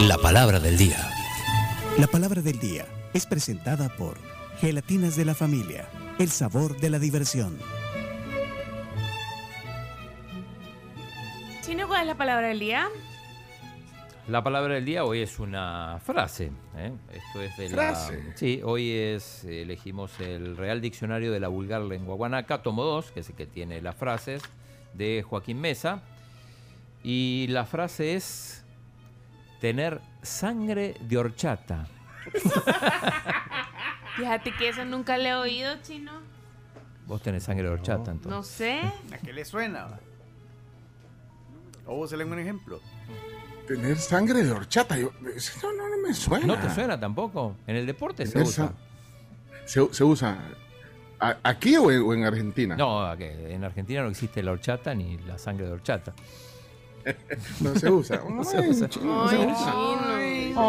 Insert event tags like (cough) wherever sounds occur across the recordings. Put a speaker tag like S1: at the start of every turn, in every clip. S1: La palabra del día.
S2: La palabra del día es presentada por Gelatinas de la Familia, el sabor de la diversión.
S3: Chino, ¿cuál es la palabra del día?
S4: La palabra del día hoy es una frase. ¿eh? Esto es de
S5: ¿Frase?
S4: la. Sí, hoy es eh, elegimos el Real Diccionario de la Vulgar Lengua Guanaca, tomo 2, que es el que tiene las frases, de Joaquín Mesa. Y la frase es tener sangre de horchata.
S3: Fíjate que eso nunca le he oído, Chino.
S4: Vos tenés sangre de horchata,
S3: No
S4: entonces.
S3: sé.
S6: ¿A qué le suena? va? O vos se le un ejemplo.
S5: Tener sangre de horchata. Yo, eso no, no me suena.
S4: No, te suena tampoco. En el deporte se
S5: Tener
S4: usa.
S5: sa- Se, se usa. ¿A- ¿Aquí o en, o en Argentina?
S4: No, que en Argentina no existe la horchata ni la sangre de horchata.
S5: No se usa.
S4: (laughs) se
S5: Ay,
S4: usa.
S5: chino, no se usa.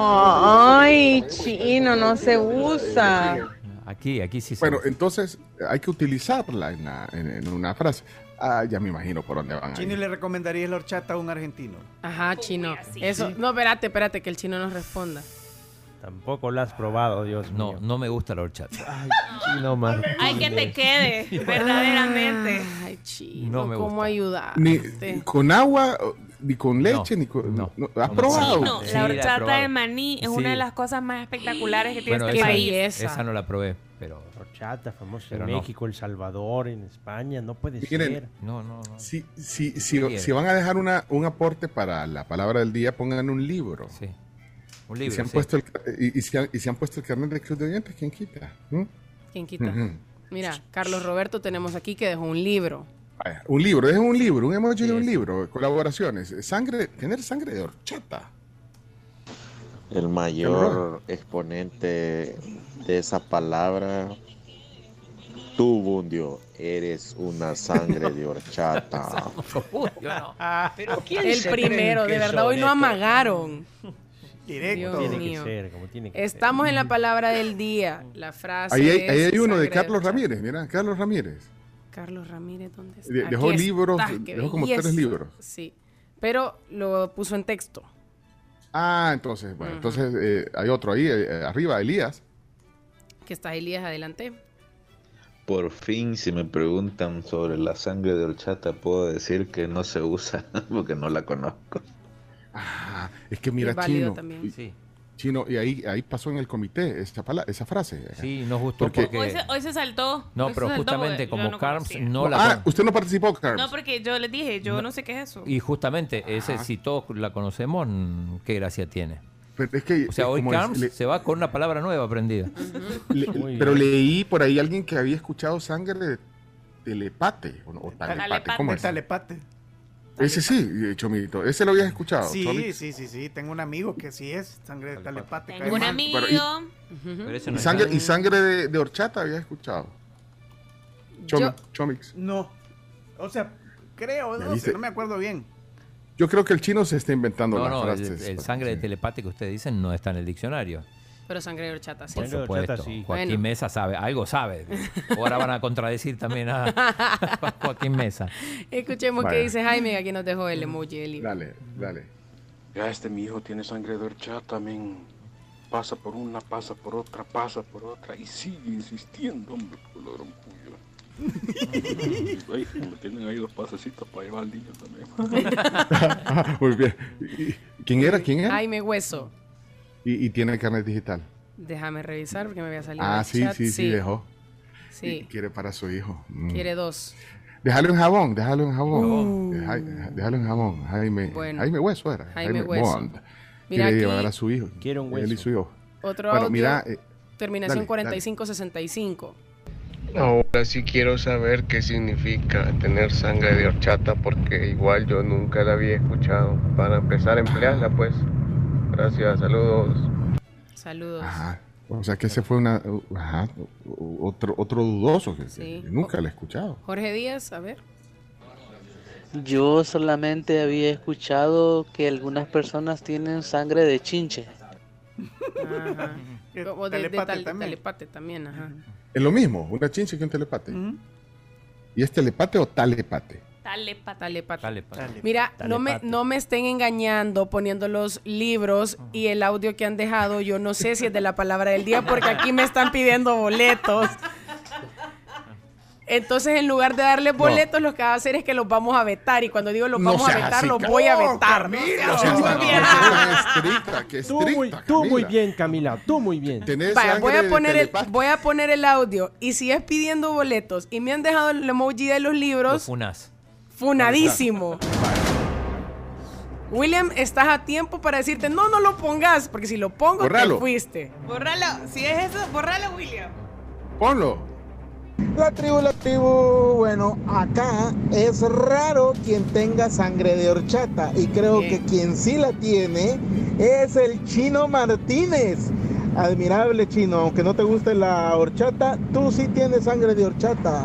S7: Ay, chino, no se usa.
S4: Aquí, aquí sí se
S5: Bueno,
S4: usa.
S5: entonces hay que utilizarla en, la- en- en una frase. Ah, ya me imagino por dónde van.
S6: Chino
S5: ahí.
S6: le recomendaría la horchata a un argentino.
S8: Ajá, chino. Eso. No, espérate, espérate, que el chino nos responda.
S9: Tampoco la has probado, Dios
S4: No,
S9: mío.
S4: no me gusta la horchata.
S9: Ay, chino Martínez.
S3: Hay que
S4: (laughs)
S3: te quede, verdaderamente.
S8: Ay, chino,
S4: No me
S8: ¿cómo
S4: gusta.
S8: ayudar?
S5: Ni con agua, ni con leche, ni con.
S4: no.
S5: no, ¿Has
S4: No, no.
S5: probado?
S3: Chino,
S4: Sí, la he
S3: la horchata de
S4: probado.
S3: maní es
S4: Sí.
S3: una de las cosas más espectaculares que tiene
S4: Bueno,
S3: este
S4: esa,
S3: país.
S8: belleza.
S4: esa no la probé, pero
S9: Horchata, famosa
S4: Pero
S9: en
S4: no.
S9: México, El Salvador, en España. No puede
S5: Miren,
S9: ser.
S4: no, no, no.
S5: Si, si,
S4: Bien.
S5: si, si van a dejar una, un aporte para la palabra del día, pongan un libro.
S4: Sí. Un
S5: y,
S4: libro.
S5: si han
S4: sí.
S5: puesto el, y, y si han, y si han puesto el carnet del club de oyentes, ¿quién quita? ¿Mm?
S8: ¿Quién quita?
S5: Ujú.
S8: Mira, Carlos Roberto tenemos aquí que dejó un libro.
S5: Vaya, Un libro, es un libro, un emoji de un libro, colaboraciones, eh, sangre, tener sangre de horchata.
S10: El mayor exponente de esa palabra. Tú, Bundio, eres una sangre de horchata.
S4: Uy, yo no.
S8: El primero, de verdad, hoy no amagaron.
S6: Directo.
S8: Dios
S9: Tiene que
S8: mío.
S9: ser, como tiene que
S8: Estamos en la palabra del día. La frase.
S5: Mm. Ahí hay, ahí
S8: es
S5: hay uno de
S8: sangre
S5: Carlos
S8: horchata.
S5: Ramírez, mira, Carlos Ramírez.
S8: Carlos Ramírez, ¿dónde está?
S5: De-
S8: Aquí
S5: dejó
S8: está,
S5: libros,
S8: qué
S5: dejó como tres
S8: belleza.
S5: libros.
S8: Sí, pero lo puso en texto.
S5: Ah, entonces, bueno, entonces eh, hay otro ahí, eh, arriba, Elías.
S8: Que está Elías adelante.
S11: Por fin, si me preguntan sobre la sangre de horchata, puedo decir que no se usa (laughs) porque no la conozco.
S5: Ah, es que mira,
S8: Es válido
S5: Chino,
S8: también.
S5: y,
S4: Sí,
S5: Chino, y ahí, ahí pasó en el comité esa, pala- esa frase.
S4: sí, nos gustó
S5: Porque-
S4: porque.
S3: Hoy se, hoy se saltó.
S4: No,
S3: hoy se
S4: pero
S3: saltó, eh,
S4: justamente
S3: yo
S4: como
S3: no
S4: Carms
S3: conocía.
S4: no la.
S5: ah,
S4: con-
S5: usted no participó, Carlos.
S3: No, porque yo les dije, yo no, sé qué es eso.
S4: Y justamente, ese,
S5: Ajá.
S4: si todos la conocemos, mm, qué gracia tiene.
S5: Pero es que,
S4: O sea,
S5: eh,
S4: hoy
S5: como
S4: Carms
S5: le-
S4: se va con una palabra nueva aprendida.
S5: le-
S9: Muy
S5: pero
S9: bien.
S5: leí por ahí alguien que había escuchado sangre de telepate o, no, o talepate.
S3: Talepate.
S5: ¿Cómo
S6: El
S5: es?
S6: talepate.
S5: Ese sí, eh, Chomito. Ese lo habías escuchado.
S6: Sí,
S5: Chomito.
S6: sí, sí, sí. Tengo un amigo que sí es sangre de talepate. cae
S3: Tengo un
S6: mal.
S3: amigo.
S5: Pero, y-
S4: Pero ese
S5: Y
S4: es
S5: sangre,
S4: nada.
S5: y sangre de, de horchata habías escuchado. Chomi- Chomix.
S6: No. O sea, creo,
S5: ¿Ya
S6: no,
S5: viste?
S6: sé, no me acuerdo bien.
S5: Yo creo que el chino se está inventando
S4: No,
S5: las
S4: no, el,
S5: frases.
S4: el sangre de telepático que ustedes dicen no está en el diccionario.
S8: Pero sangre de horchata, sí.
S4: Por
S9: Sangre de
S4: supuesto.
S9: horchata, sí.
S4: Joaquín
S8: Bueno.
S4: Mesa sabe, algo
S8: (laughs)
S4: sabe. Ahora van a contradecir también a, a Joaquín Mesa.
S8: Escuchemos qué
S5: Vaya.
S8: dice Jaime, que aquí nos dejó el emoji del libro.
S5: Dale, dale.
S10: Ya este mi hijo tiene sangre de horchata, men. Pasa por una, pasa por otra, pasa por otra y sigue insistiendo, hombre, por lo grampullo. Ay, como tienen ahí dos pasecitos para llevar al niño también.
S5: (laughs) Muy bien. Y- y- ¿Quién era? ¿Quién era?
S8: Jaime Hueso.
S5: Y, y tiene carnet digital.
S8: Déjame revisar porque me había salido.
S5: Ah,
S8: el
S5: sí,
S8: chat.
S5: sí, sí, dejó. Eh, Y
S8: Sí,
S5: quiere para su hijo. Mm.
S8: quiere dos.
S5: Déjalo en jabón, déjalo en jabón. Uh. Deja- Déjalo en jabón. Jaime,
S8: Bueno.
S5: Jaime Hueso era.
S8: Jaime Hueso.
S5: Bond.
S8: Mira
S5: Quiere
S8: aquí,
S5: llevar a su hijo.
S9: Quiere un
S5: Él y
S9: hueso.
S5: su hijo.
S8: Otro
S5: Bueno,
S8: audio,
S5: mira, eh,
S8: terminación
S5: dale, dale.
S8: 4565.
S10: Ahora sí quiero saber qué significa tener sangre de horchata porque igual yo nunca la había escuchado. Para empezar a emplearla pues. Gracias, saludos.
S8: Saludos.
S5: Ajá. O sea que ese fue una, u- ajá, u- u- otro, otro dudoso que,
S8: Sí.
S5: que nunca le he escuchado.
S8: Jorge Díaz, a ver.
S7: Yo solamente había escuchado que algunas personas tienen sangre de chinche.
S8: Ajá.
S6: Eh,
S8: Como de, de
S6: talepate
S8: tal-
S6: también.
S8: talepate también, ajá. Mm.
S5: Es lo mismo, una chinche que un telepate.
S6: Ujú.
S5: ¿Y es telepate o talepate?
S3: Talepata.
S8: Talepata.
S4: Talepata.
S8: Mira,
S9: Dale,
S8: no me,
S9: Pati.
S8: no me estén engañando poniendo los libros y el audio que han dejado. Yo no sé si es de la palabra del día porque aquí me están pidiendo boletos. Entonces, en lugar de darles boletos, lo que va a hacer es que los vamos a vetar. Y cuando digo los
S5: No
S8: vamos a
S5: seas
S8: vetar,
S5: así,
S8: los
S5: Ca-
S8: voy a
S5: No,
S8: vetar.
S5: Camila,
S8: No
S5: o sea,
S8: seas
S5: esta
S8: muy
S5: persona
S8: vieja.
S5: es estricta, que
S9: Tú muy,
S5: estricta,
S9: tú muy
S5: Camila.
S9: bien, Camila. Tú muy bien.
S5: Tenés
S8: Vaya, voy, a
S5: sangre
S8: poner
S5: de
S8: el,
S5: telepata.
S8: voy a poner el audio. Y si es pidiendo boletos y me han dejado el emoji de los
S4: Los
S8: libros,
S4: funas.
S8: Funadísimo. William, estás a tiempo para decirte, no, no lo pongas, porque si lo pongo,
S5: Borralo.
S8: te fuiste.
S3: Bórralo. Si es eso, bórralo, William.
S5: Ponlo.
S1: La tribu, la tribu, bueno, acá es raro quien tenga sangre de horchata y creo
S8: Bien.
S1: que quien sí la tiene es el chino Martínez. Admirable chino, aunque no te guste la horchata, tú sí tienes sangre de horchata.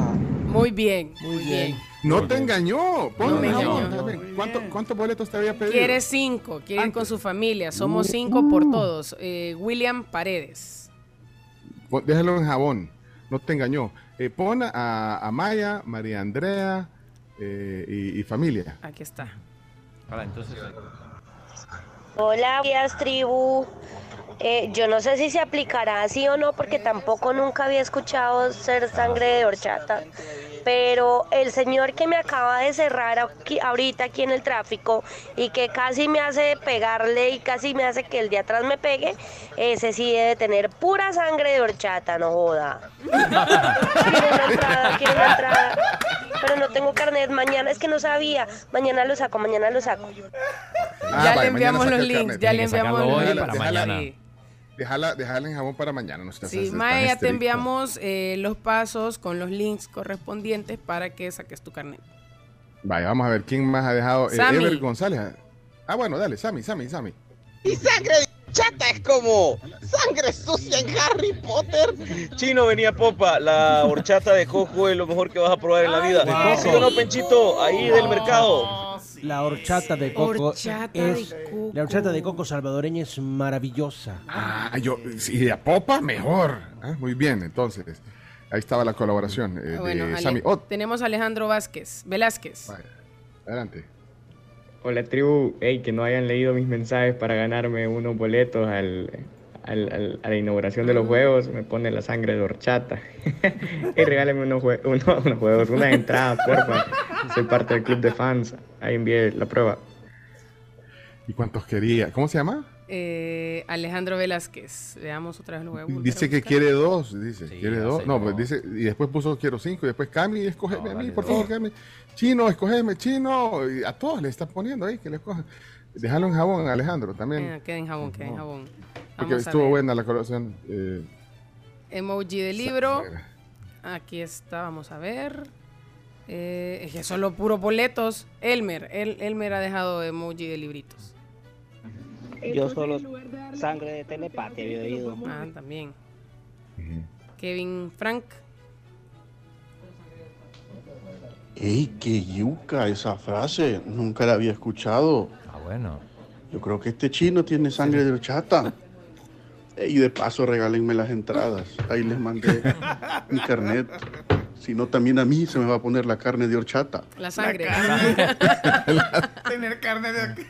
S8: Muy bien, muy bien.
S5: No te engañó. Ponlo,
S8: me
S5: mi amor.
S8: engañó.
S5: Dame, ¿Cuánto, ¿Cuántos boletos te había pedido?
S8: Quiere cinco, quiere ir con su familia. Somos cinco por todos. Eh, William Paredes.
S5: Pon- Déjalo en jabón. No te engañó. Eh, pon a, a Maya, María Andrea eh, y, y familia.
S8: Aquí está.
S4: Ah, entonces.
S12: Hola, días, tribu. Eh, yo no sé si se aplicará así o no, porque tampoco nunca había escuchado ser sangre de horchata. Pero el señor que me acaba de cerrar aquí- ahorita aquí en el tráfico y que casi me hace pegarle y casi me hace que el de atrás me pegue, ese sí debe tener pura sangre de horchata, no joda. Quiero una entrada, quiero una entrada. Pero no tengo carnet mañana, es que no sabía. Mañana lo saco, mañana lo saco.
S5: Ah,
S8: ya
S5: vale,
S8: le enviamos
S5: mañana saca
S8: los
S5: el
S8: links,
S5: carnet.
S8: ya le
S4: Tiene que
S8: enviamos
S4: sacarlo
S8: los
S4: hoy
S8: links.
S4: para
S5: Déjala-
S4: mañana.
S5: Déjala, déjala en jabón para mañana. No seas-
S8: Sí,
S5: seas
S8: Mae,
S5: tan
S8: ya te
S5: estricta.
S8: enviamos eh, los pasos con los links correspondientes para que saques tu carnet.
S5: Vaya, vamos a ver quién más ha dejado. Eh,
S8: Sammy.
S5: Ever González. Ah, bueno, dale, Sammy, Sammy, Sammy.
S13: Y sangre de chata es como sangre sucia en Harry Potter.
S14: Chino venía popa, la horchata de coco es lo mejor que vas a probar en la vida.
S9: Ay,
S14: ¿Sí o no,
S9: wow.
S14: Penchito? Ahí del mercado.
S9: La horchata de coco
S8: Horchata
S9: es
S8: de coco.
S9: la horchata de coco salvadoreña es maravillosa.
S5: Ah, yo, si de a popa, mejor. Ah, muy bien, entonces. Ahí estaba la colaboración eh,
S8: Ah, bueno,
S5: de
S8: Ale-
S5: Sammy. Oh,
S8: tenemos a Alejandro Vázquez, Velázquez.
S5: adelante.
S15: Hola tribu, hey, que no hayan leído mis mensajes para ganarme unos boletos al, al- al- a la inauguración de los juegos, me pone la sangre de horchata. (laughs) y regálenme unos, jue- uno- unos juegos, unas entradas, porfa. Soy parte del club de fans, ahí envié la prueba.
S5: ¿Y cuántos quería? ¿Cómo se llama?
S8: Eh, Alejandro Velázquez. Veamos otra vez lo voy a volver a
S5: Dice que
S8: buscar.
S5: quiere dos, dice. quiere dos. No,
S4: no.
S5: pues dice, y después puso quiero cinco, y después Cami, escógeme a mí,
S4: dale
S5: por
S4: dos.
S5: favor, Cami. Chino, escógeme, chino. Y a todos le está poniendo ahí que le escojan. Déjalo en jabón, Alejandro, también.
S8: Ah, queda en jabón, queda en jabón.
S5: porque
S8: Vamos a
S5: estuvo
S8: ver.
S5: buena la colaboración. eh,
S8: Emoji de libro. Aquí está, vamos a ver. Eh, es que solo puros boletos. Elmer, el, Elmer ha dejado emoji de libritos.
S7: Yo solo sangre de telepatía había oído.
S8: Ah, también.
S5: eh,
S8: Kevin Frank.
S16: ¡Ey, qué yuca esa frase! Nunca la había escuchado.
S4: (laughs) Ah, bueno.
S16: Yo creo que este chino tiene sangre de horchata. Ey, Y de paso regálenme las entradas. Ahí les mandé mi carnet. Si no, también a mí se me va a poner la carne de horchata.
S8: La sangre.
S6: Tener carne de
S8: (laughs)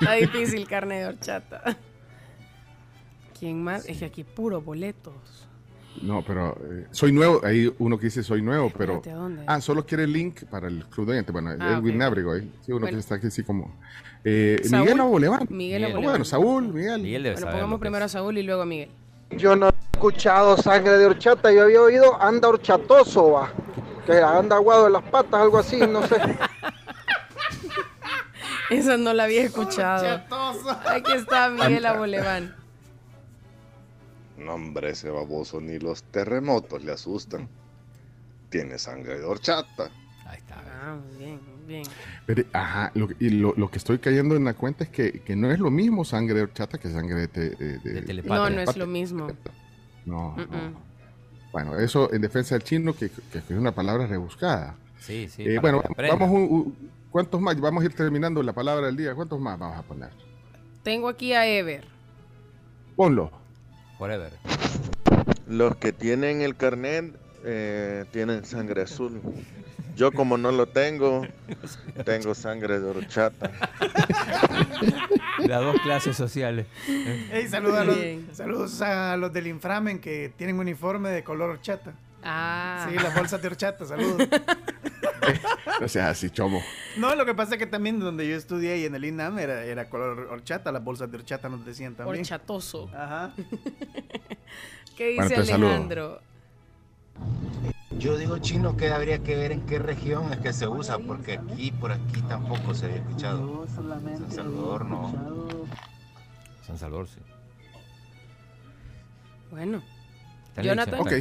S8: Está difícil, carne de horchata. (laughs) ¿Quién más? Es que aquí puros boletos.
S5: No, pero eh, soy nuevo. Hay uno que dice soy nuevo, pero.
S8: Espérate, ¿a dónde?
S5: Ah, solo quiere el link para el Club de Oyentes. Bueno,
S8: Ah,
S5: Edwin
S8: ok.
S5: Nábrego ahí. Sí, uno
S8: Bueno.
S5: que está aquí así como. eh,
S8: Saúl.
S5: Miguel Abolevan.
S8: Miguel
S5: Ah,
S8: Abolevan.
S5: Bueno, Saúl, Miguel.
S8: Bueno, pongamos primero a Saúl y luego a Miguel. (laughs)
S1: Yo no he escuchado sangre de horchata, yo había oído anda horchatoso, va. Que anda aguado en las patas, algo así, no sé.
S8: Esa no la había escuchado. Aquí está Miguel Aboleván.
S17: No, hombre, ese baboso ni los terremotos le asustan. Tiene sangre de horchata.
S8: Ah, muy bien, muy bien.
S5: Pero, ajá, lo, que- y lo, lo que estoy cayendo en la cuenta es que, que no es lo mismo sangre de horchata que sangre de, te- de- de-
S8: No, no
S5: telepata.
S8: es lo mismo.
S5: No,
S8: Mm,
S5: no.
S8: mm.
S5: Bueno, eso en defensa del chino, que, que- que es una palabra rebuscada.
S4: Sí, sí.
S5: Eh,
S4: para
S5: bueno,
S4: que aprendan.
S5: vamos un- un- ¿cuántos más? Vamos a ir terminando la palabra del día. ¿Cuántos más vamos a poner?
S8: Tengo aquí a Ever.
S5: Ponlo.
S8: (laughs)
S4: Forever.
S18: Los que tienen el carnet eh, tienen sangre azul.
S17: Yo como no lo tengo, tengo sangre de horchata.
S4: Las dos clases sociales.
S18: (laughs) Ey, saludos, a los, saludos a los del inframen que tienen uniforme de color horchata.
S8: Ah.
S18: Sí, las bolsas de horchata, saludos.
S5: No seas así, chomo.
S18: No, lo que pasa es que también donde yo estudié y en el INAM era, era color horchata, las bolsas de horchata nos decían también.
S8: Horchatoso.
S18: Ajá.
S8: ¿Qué dice
S18: Bueno, te saludo.
S8: Alejandro?
S19: Yo digo chino que habría que ver en qué región es que se usa, porque aquí, por aquí tampoco se había escuchado. San Salvador no.
S4: San Salvador, sí.
S8: Bueno.
S4: Está en
S8: Jonathan.
S5: Ok.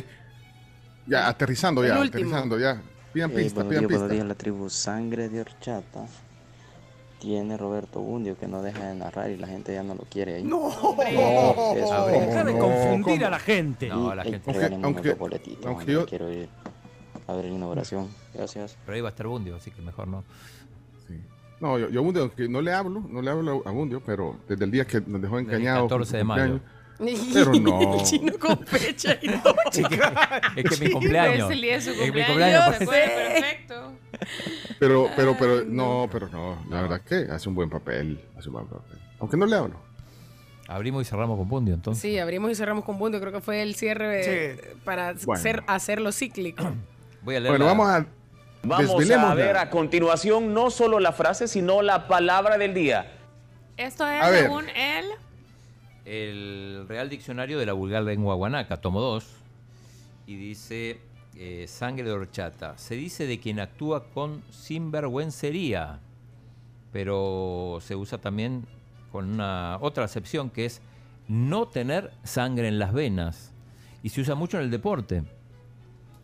S5: Ya, aterrizando
S8: El
S5: ya,
S8: último.
S5: aterrizando ya. Pidan
S20: Eh,
S5: pista, pidan
S20: buenos días, buenos
S5: pista.
S20: días, la tribu Sangre de Horchata. Tiene Roberto Bundio que no deja de narrar y la gente ya no lo quiere ahí.
S18: ¡No!
S20: Eh, eso
S18: Abre.
S20: es.
S18: Deja de
S20: No,
S18: confundir
S20: ¿cómo?
S18: a la gente. No,
S20: Y
S18: la
S20: el
S18: gente-
S20: que gane
S18: Aunque-
S20: menos
S18: aunque-
S20: dos boletitos,
S18: aunque
S20: hombre,
S18: yo-
S20: Quiero ir a ver la inauguración. Gracias.
S4: Pero ahí va a estar Bundio, así que
S5: (laughs)
S4: mejor no.
S5: No, yo, yo a Bundio, aunque no le hablo, no le hablo a Bundio, pero desde el día que nos dejó engañado.
S4: 14 de
S5: por
S4: mayo.
S5: cumpleaños. Pero no.
S8: (laughs) El chino con fecha y todo.
S4: Es que mi cumpleaños.
S8: Wesley es su
S4: Es mi
S8: cumpleaños.
S4: cumpleaños,
S8: se
S4: pues.
S8: acuerda perfecto.
S5: Pero, pero, pero, no, pero no. La verdad que hace un buen papel. Hace un buen papel. Aunque no le hablo.
S4: Abrimos y cerramos con Bundio, entonces.
S8: Sí, abrimos y cerramos con Bundio. Creo que fue el cierre eh, para
S4: Bueno.
S8: ser- hacerlo cíclico.
S4: Voy a leer.
S5: Bueno,
S4: la-
S5: vamos a.
S14: Vamos
S5: desvelemos
S14: a
S5: la-
S14: ver a continuación no solo la frase, sino la palabra del día.
S3: Esto
S14: A
S3: es
S14: ver.
S3: según él.
S4: El Real Diccionario de la Vulgar Lengua Guanaca, tomo 2, y dice eh, sangre de horchata. Se dice de quien actúa con sinvergüencería, pero se usa también con una otra acepción que es no tener sangre en las venas. Y se usa mucho en el deporte.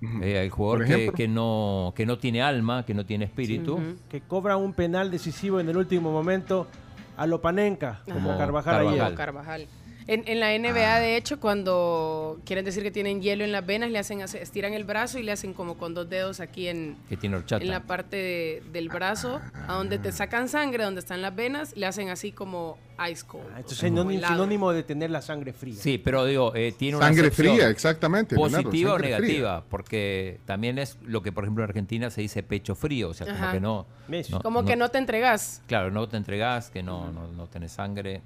S5: Mm.
S4: Eh, el jugador
S9: Por
S4: que,
S9: ejemplo.
S4: que no, que no tiene alma, que no tiene espíritu.
S9: Que cobra un penal decisivo en el último momento a Lopanenka, como
S4: Como
S9: Carvajal ayer.
S4: Carvajal.
S8: Carvajal. En, en la NBA, de hecho, cuando quieren decir que tienen hielo en las venas, le hacen hace- estiran el brazo y le hacen como con dos dedos aquí en,
S4: Que tiene horchata.
S8: en la parte de- del brazo, a donde te sacan sangre, donde están las venas, le hacen así como ice cold. o
S9: Ah, Entonces,
S8: sea, como
S9: sinónimo,
S8: helado.
S9: sinónimo de tener la sangre fría.
S4: Sí, pero digo, eh, tiene una
S5: Sangre
S4: acepción
S5: fría, exactamente, Leonardo,
S4: Positiva
S5: sangre
S4: o negativa, porque también es lo que, por ejemplo, en Argentina se dice pecho frío, o sea, como
S8: Ajá.
S4: que no.
S8: como que no te entregas.
S4: Claro, no te entregás, que no, no, no tenés sangre,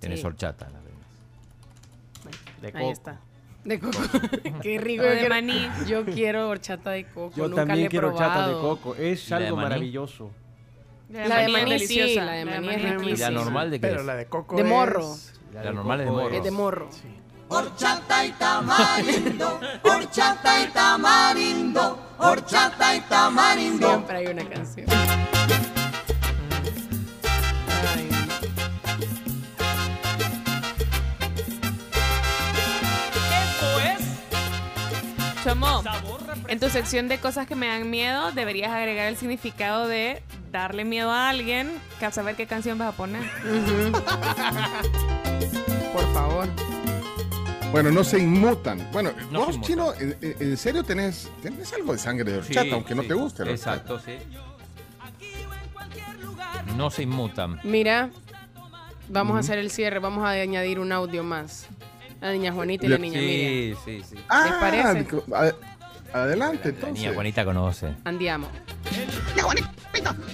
S4: tenés
S8: Sí.
S4: horchata en las venas. De
S8: Ahí
S4: coco.
S8: está. De coco. (laughs) Qué rico. yo
S3: O de
S8: quiero-
S3: maní.
S8: Yo quiero horchata de coco.
S9: Yo
S8: Nunca le
S9: también
S8: he
S9: quiero horchata de
S8: probado.
S9: coco. Es
S4: ¿Y la de
S9: algo
S4: maní?
S9: maravilloso.
S8: La de maní,
S3: es
S8: sí,
S3: deliciosa.
S8: la de
S3: La de
S8: maní
S3: maní
S8: es
S3: es
S8: riquísima.
S4: ¿Y la normal de qué
S18: Pero
S4: es?
S18: la de coco
S8: De
S18: es-
S8: morro.
S4: La normal es de morro.
S8: Es de morro.
S13: Horchata y tamarindo, horchata y tamarindo, horchata y tamarindo.
S8: Siempre hay una canción. (laughs)
S3: Esto es. Chomo, en tu sección de cosas que me dan miedo, deberías agregar el significado de darle miedo a alguien, que a saber qué canción vas a poner.
S8: Por favor.
S5: Bueno, no se inmutan. Bueno,
S4: No se
S5: vos, chino, en, en- en serio tenés, tenés algo de sangre de horchata,
S4: Sí,
S5: aunque no
S4: sí,
S5: te guste. la horchata.
S4: Exacto, sí. No se inmutan.
S8: Mira, vamos
S4: Ujú.
S8: a hacer el cierre. Vamos a añadir un audio más. La niña Juanita y la
S5: Le-
S8: niña Miriam.
S4: Sí, sí, sí.
S5: Ah,
S8: parece?
S5: co- a- adelante,
S4: La
S5: entonces.
S4: niña Juanita conoce.
S8: Andiamo.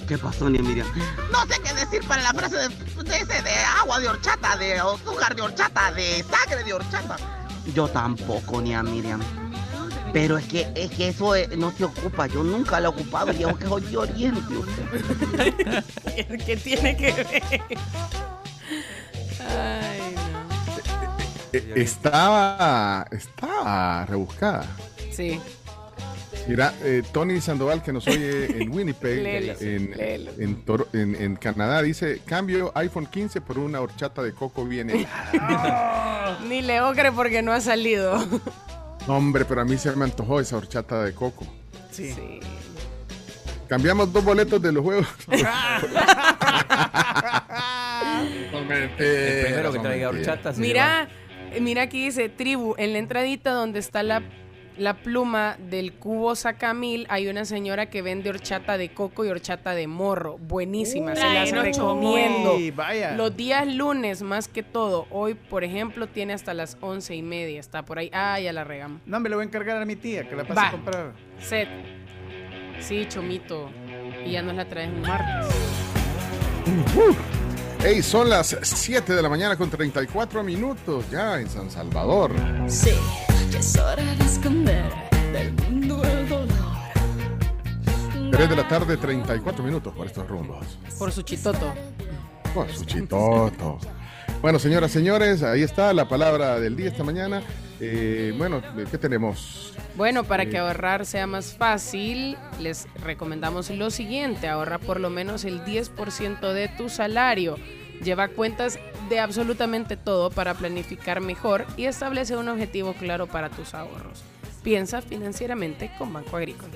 S21: ¿Qué pasó, niña Miriam?
S13: No sé qué decir para la frase de, de ese de agua de horchata, de azúcar de horchata, de sangre de horchata.
S21: Yo tampoco, niña Miriam. Pero es que, es que eso eh, no se ocupa, yo nunca lo he ocupado, y es que soy de Oriente.
S8: (laughs) ¿Qué tiene que ver? Ay, no.
S5: Eh, Estaba, estaba rebuscada.
S8: Sí.
S5: Mira, eh, Tony Sandoval, que nos oye
S8: (laughs)
S5: en Winnipeg,
S8: Léelo,
S5: en,
S8: léelo.
S5: en Toro- en- en Canadá, dice, cambio iPhone 15 por una horchata de coco bien helada".
S8: Ni Leo cree porque no ha salido.
S5: No, Hombre, pero a mí se me antojó esa horchata de coco.
S8: Sí.
S5: Cambiamos dos boletos de los
S8: (laughs)
S5: juegos. (laughs) Son mentiras,
S4: El primero que
S5: son
S4: traiga
S5: mentiras.
S4: horchata se
S8: Mira, mira aquí dice tribu, en la entradita donde está la, la pluma del cubo Sacamil, hay una señora que vende horchata de coco y horchata de morro. Buenísima, se las
S3: Tráenos, Chomo.
S8: recomiendo.
S3: Sí, vaya.
S8: Los días lunes, más que todo. Hoy, por ejemplo, tiene hasta las once y media. Está por ahí. Ah, ya la regamos.
S18: No, me lo voy a encargar a mi tía, que la pase
S8: Va.
S18: a comprar.
S8: Set. Sí, chomito. Y ya nos la traes un martes.
S5: Ey, son las 7 de la mañana con 34 minutos ya en San Salvador.
S2: Sí, ya es hora de esconder del mundo el dolor.
S5: 3 de la tarde, 34 minutos por estos rumbos.
S8: Por su chitoto.
S5: Con su chitoto. Bueno, señoras, señores, ahí está la palabra del día esta mañana. Eh, bueno, ¿qué tenemos?
S8: Bueno, para
S5: Eh.
S8: que ahorrar sea más fácil, les recomendamos lo siguiente. Ahorra por lo menos el 10% de tu salario. Lleva cuentas de absolutamente todo para planificar mejor y establece un objetivo claro para tus ahorros. Piensa financieramente con Banco Agrícola.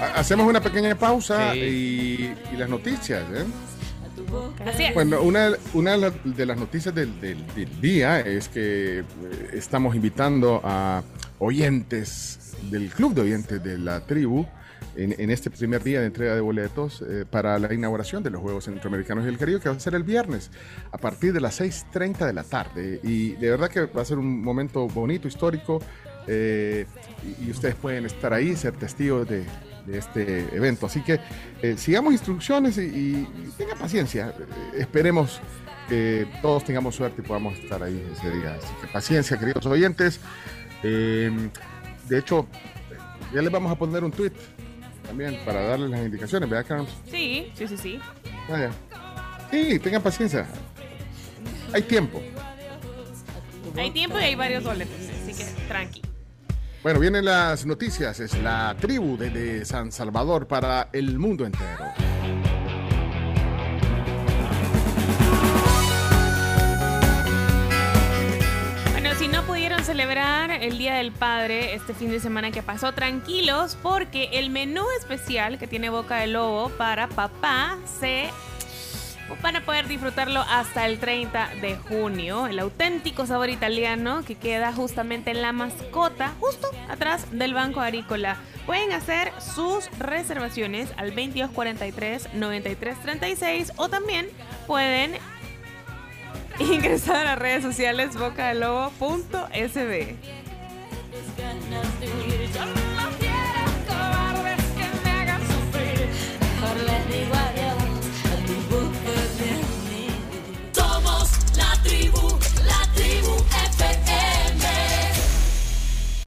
S5: Ha- Hacemos una pequeña pausa y, y las noticias. ¿eh?
S3: Así es.
S5: Bueno, una, una de las noticias del, del- del día es que eh, estamos invitando a oyentes del club de oyentes de la tribu en, en este primer día de entrega de boletos eh, para la inauguración de los Juegos Centroamericanos y el Caribe, que va a ser el viernes a partir de las 6.30 de la tarde. Y de verdad que va a ser un momento bonito, histórico, eh, y, y ustedes pueden estar ahí, ser testigos de, de este evento. Así que eh, sigamos instrucciones y, y- y tengan paciencia. Eh, Esperemos que todos tengamos suerte y podamos estar ahí ese día. Así que paciencia, queridos oyentes. Eh, de hecho, ya les vamos a poner un tweet también para darles las indicaciones, ¿verdad, Carms?
S3: Sí, sí, sí, sí.
S5: Vaya. Sí, tengan paciencia. Hay tiempo.
S3: Hay tiempo y hay varios boletos, así que tranqui.
S5: Bueno, vienen las noticias. Es la tribu desde San Salvador para el mundo entero.
S3: Bueno, si no pudieron celebrar el Día del Padre este fin de semana que pasó, tranquilos, porque el menú especial que tiene Boca de Lobo para papá se pues, van a poder disfrutarlo hasta el 30 de junio. El auténtico sabor italiano que queda justamente en la mascota, justo atrás del Banco Agrícola. Pueden hacer sus reservaciones al 2243-9336 o también pueden (laughs) ingresar a redes sociales bocalobo.sb.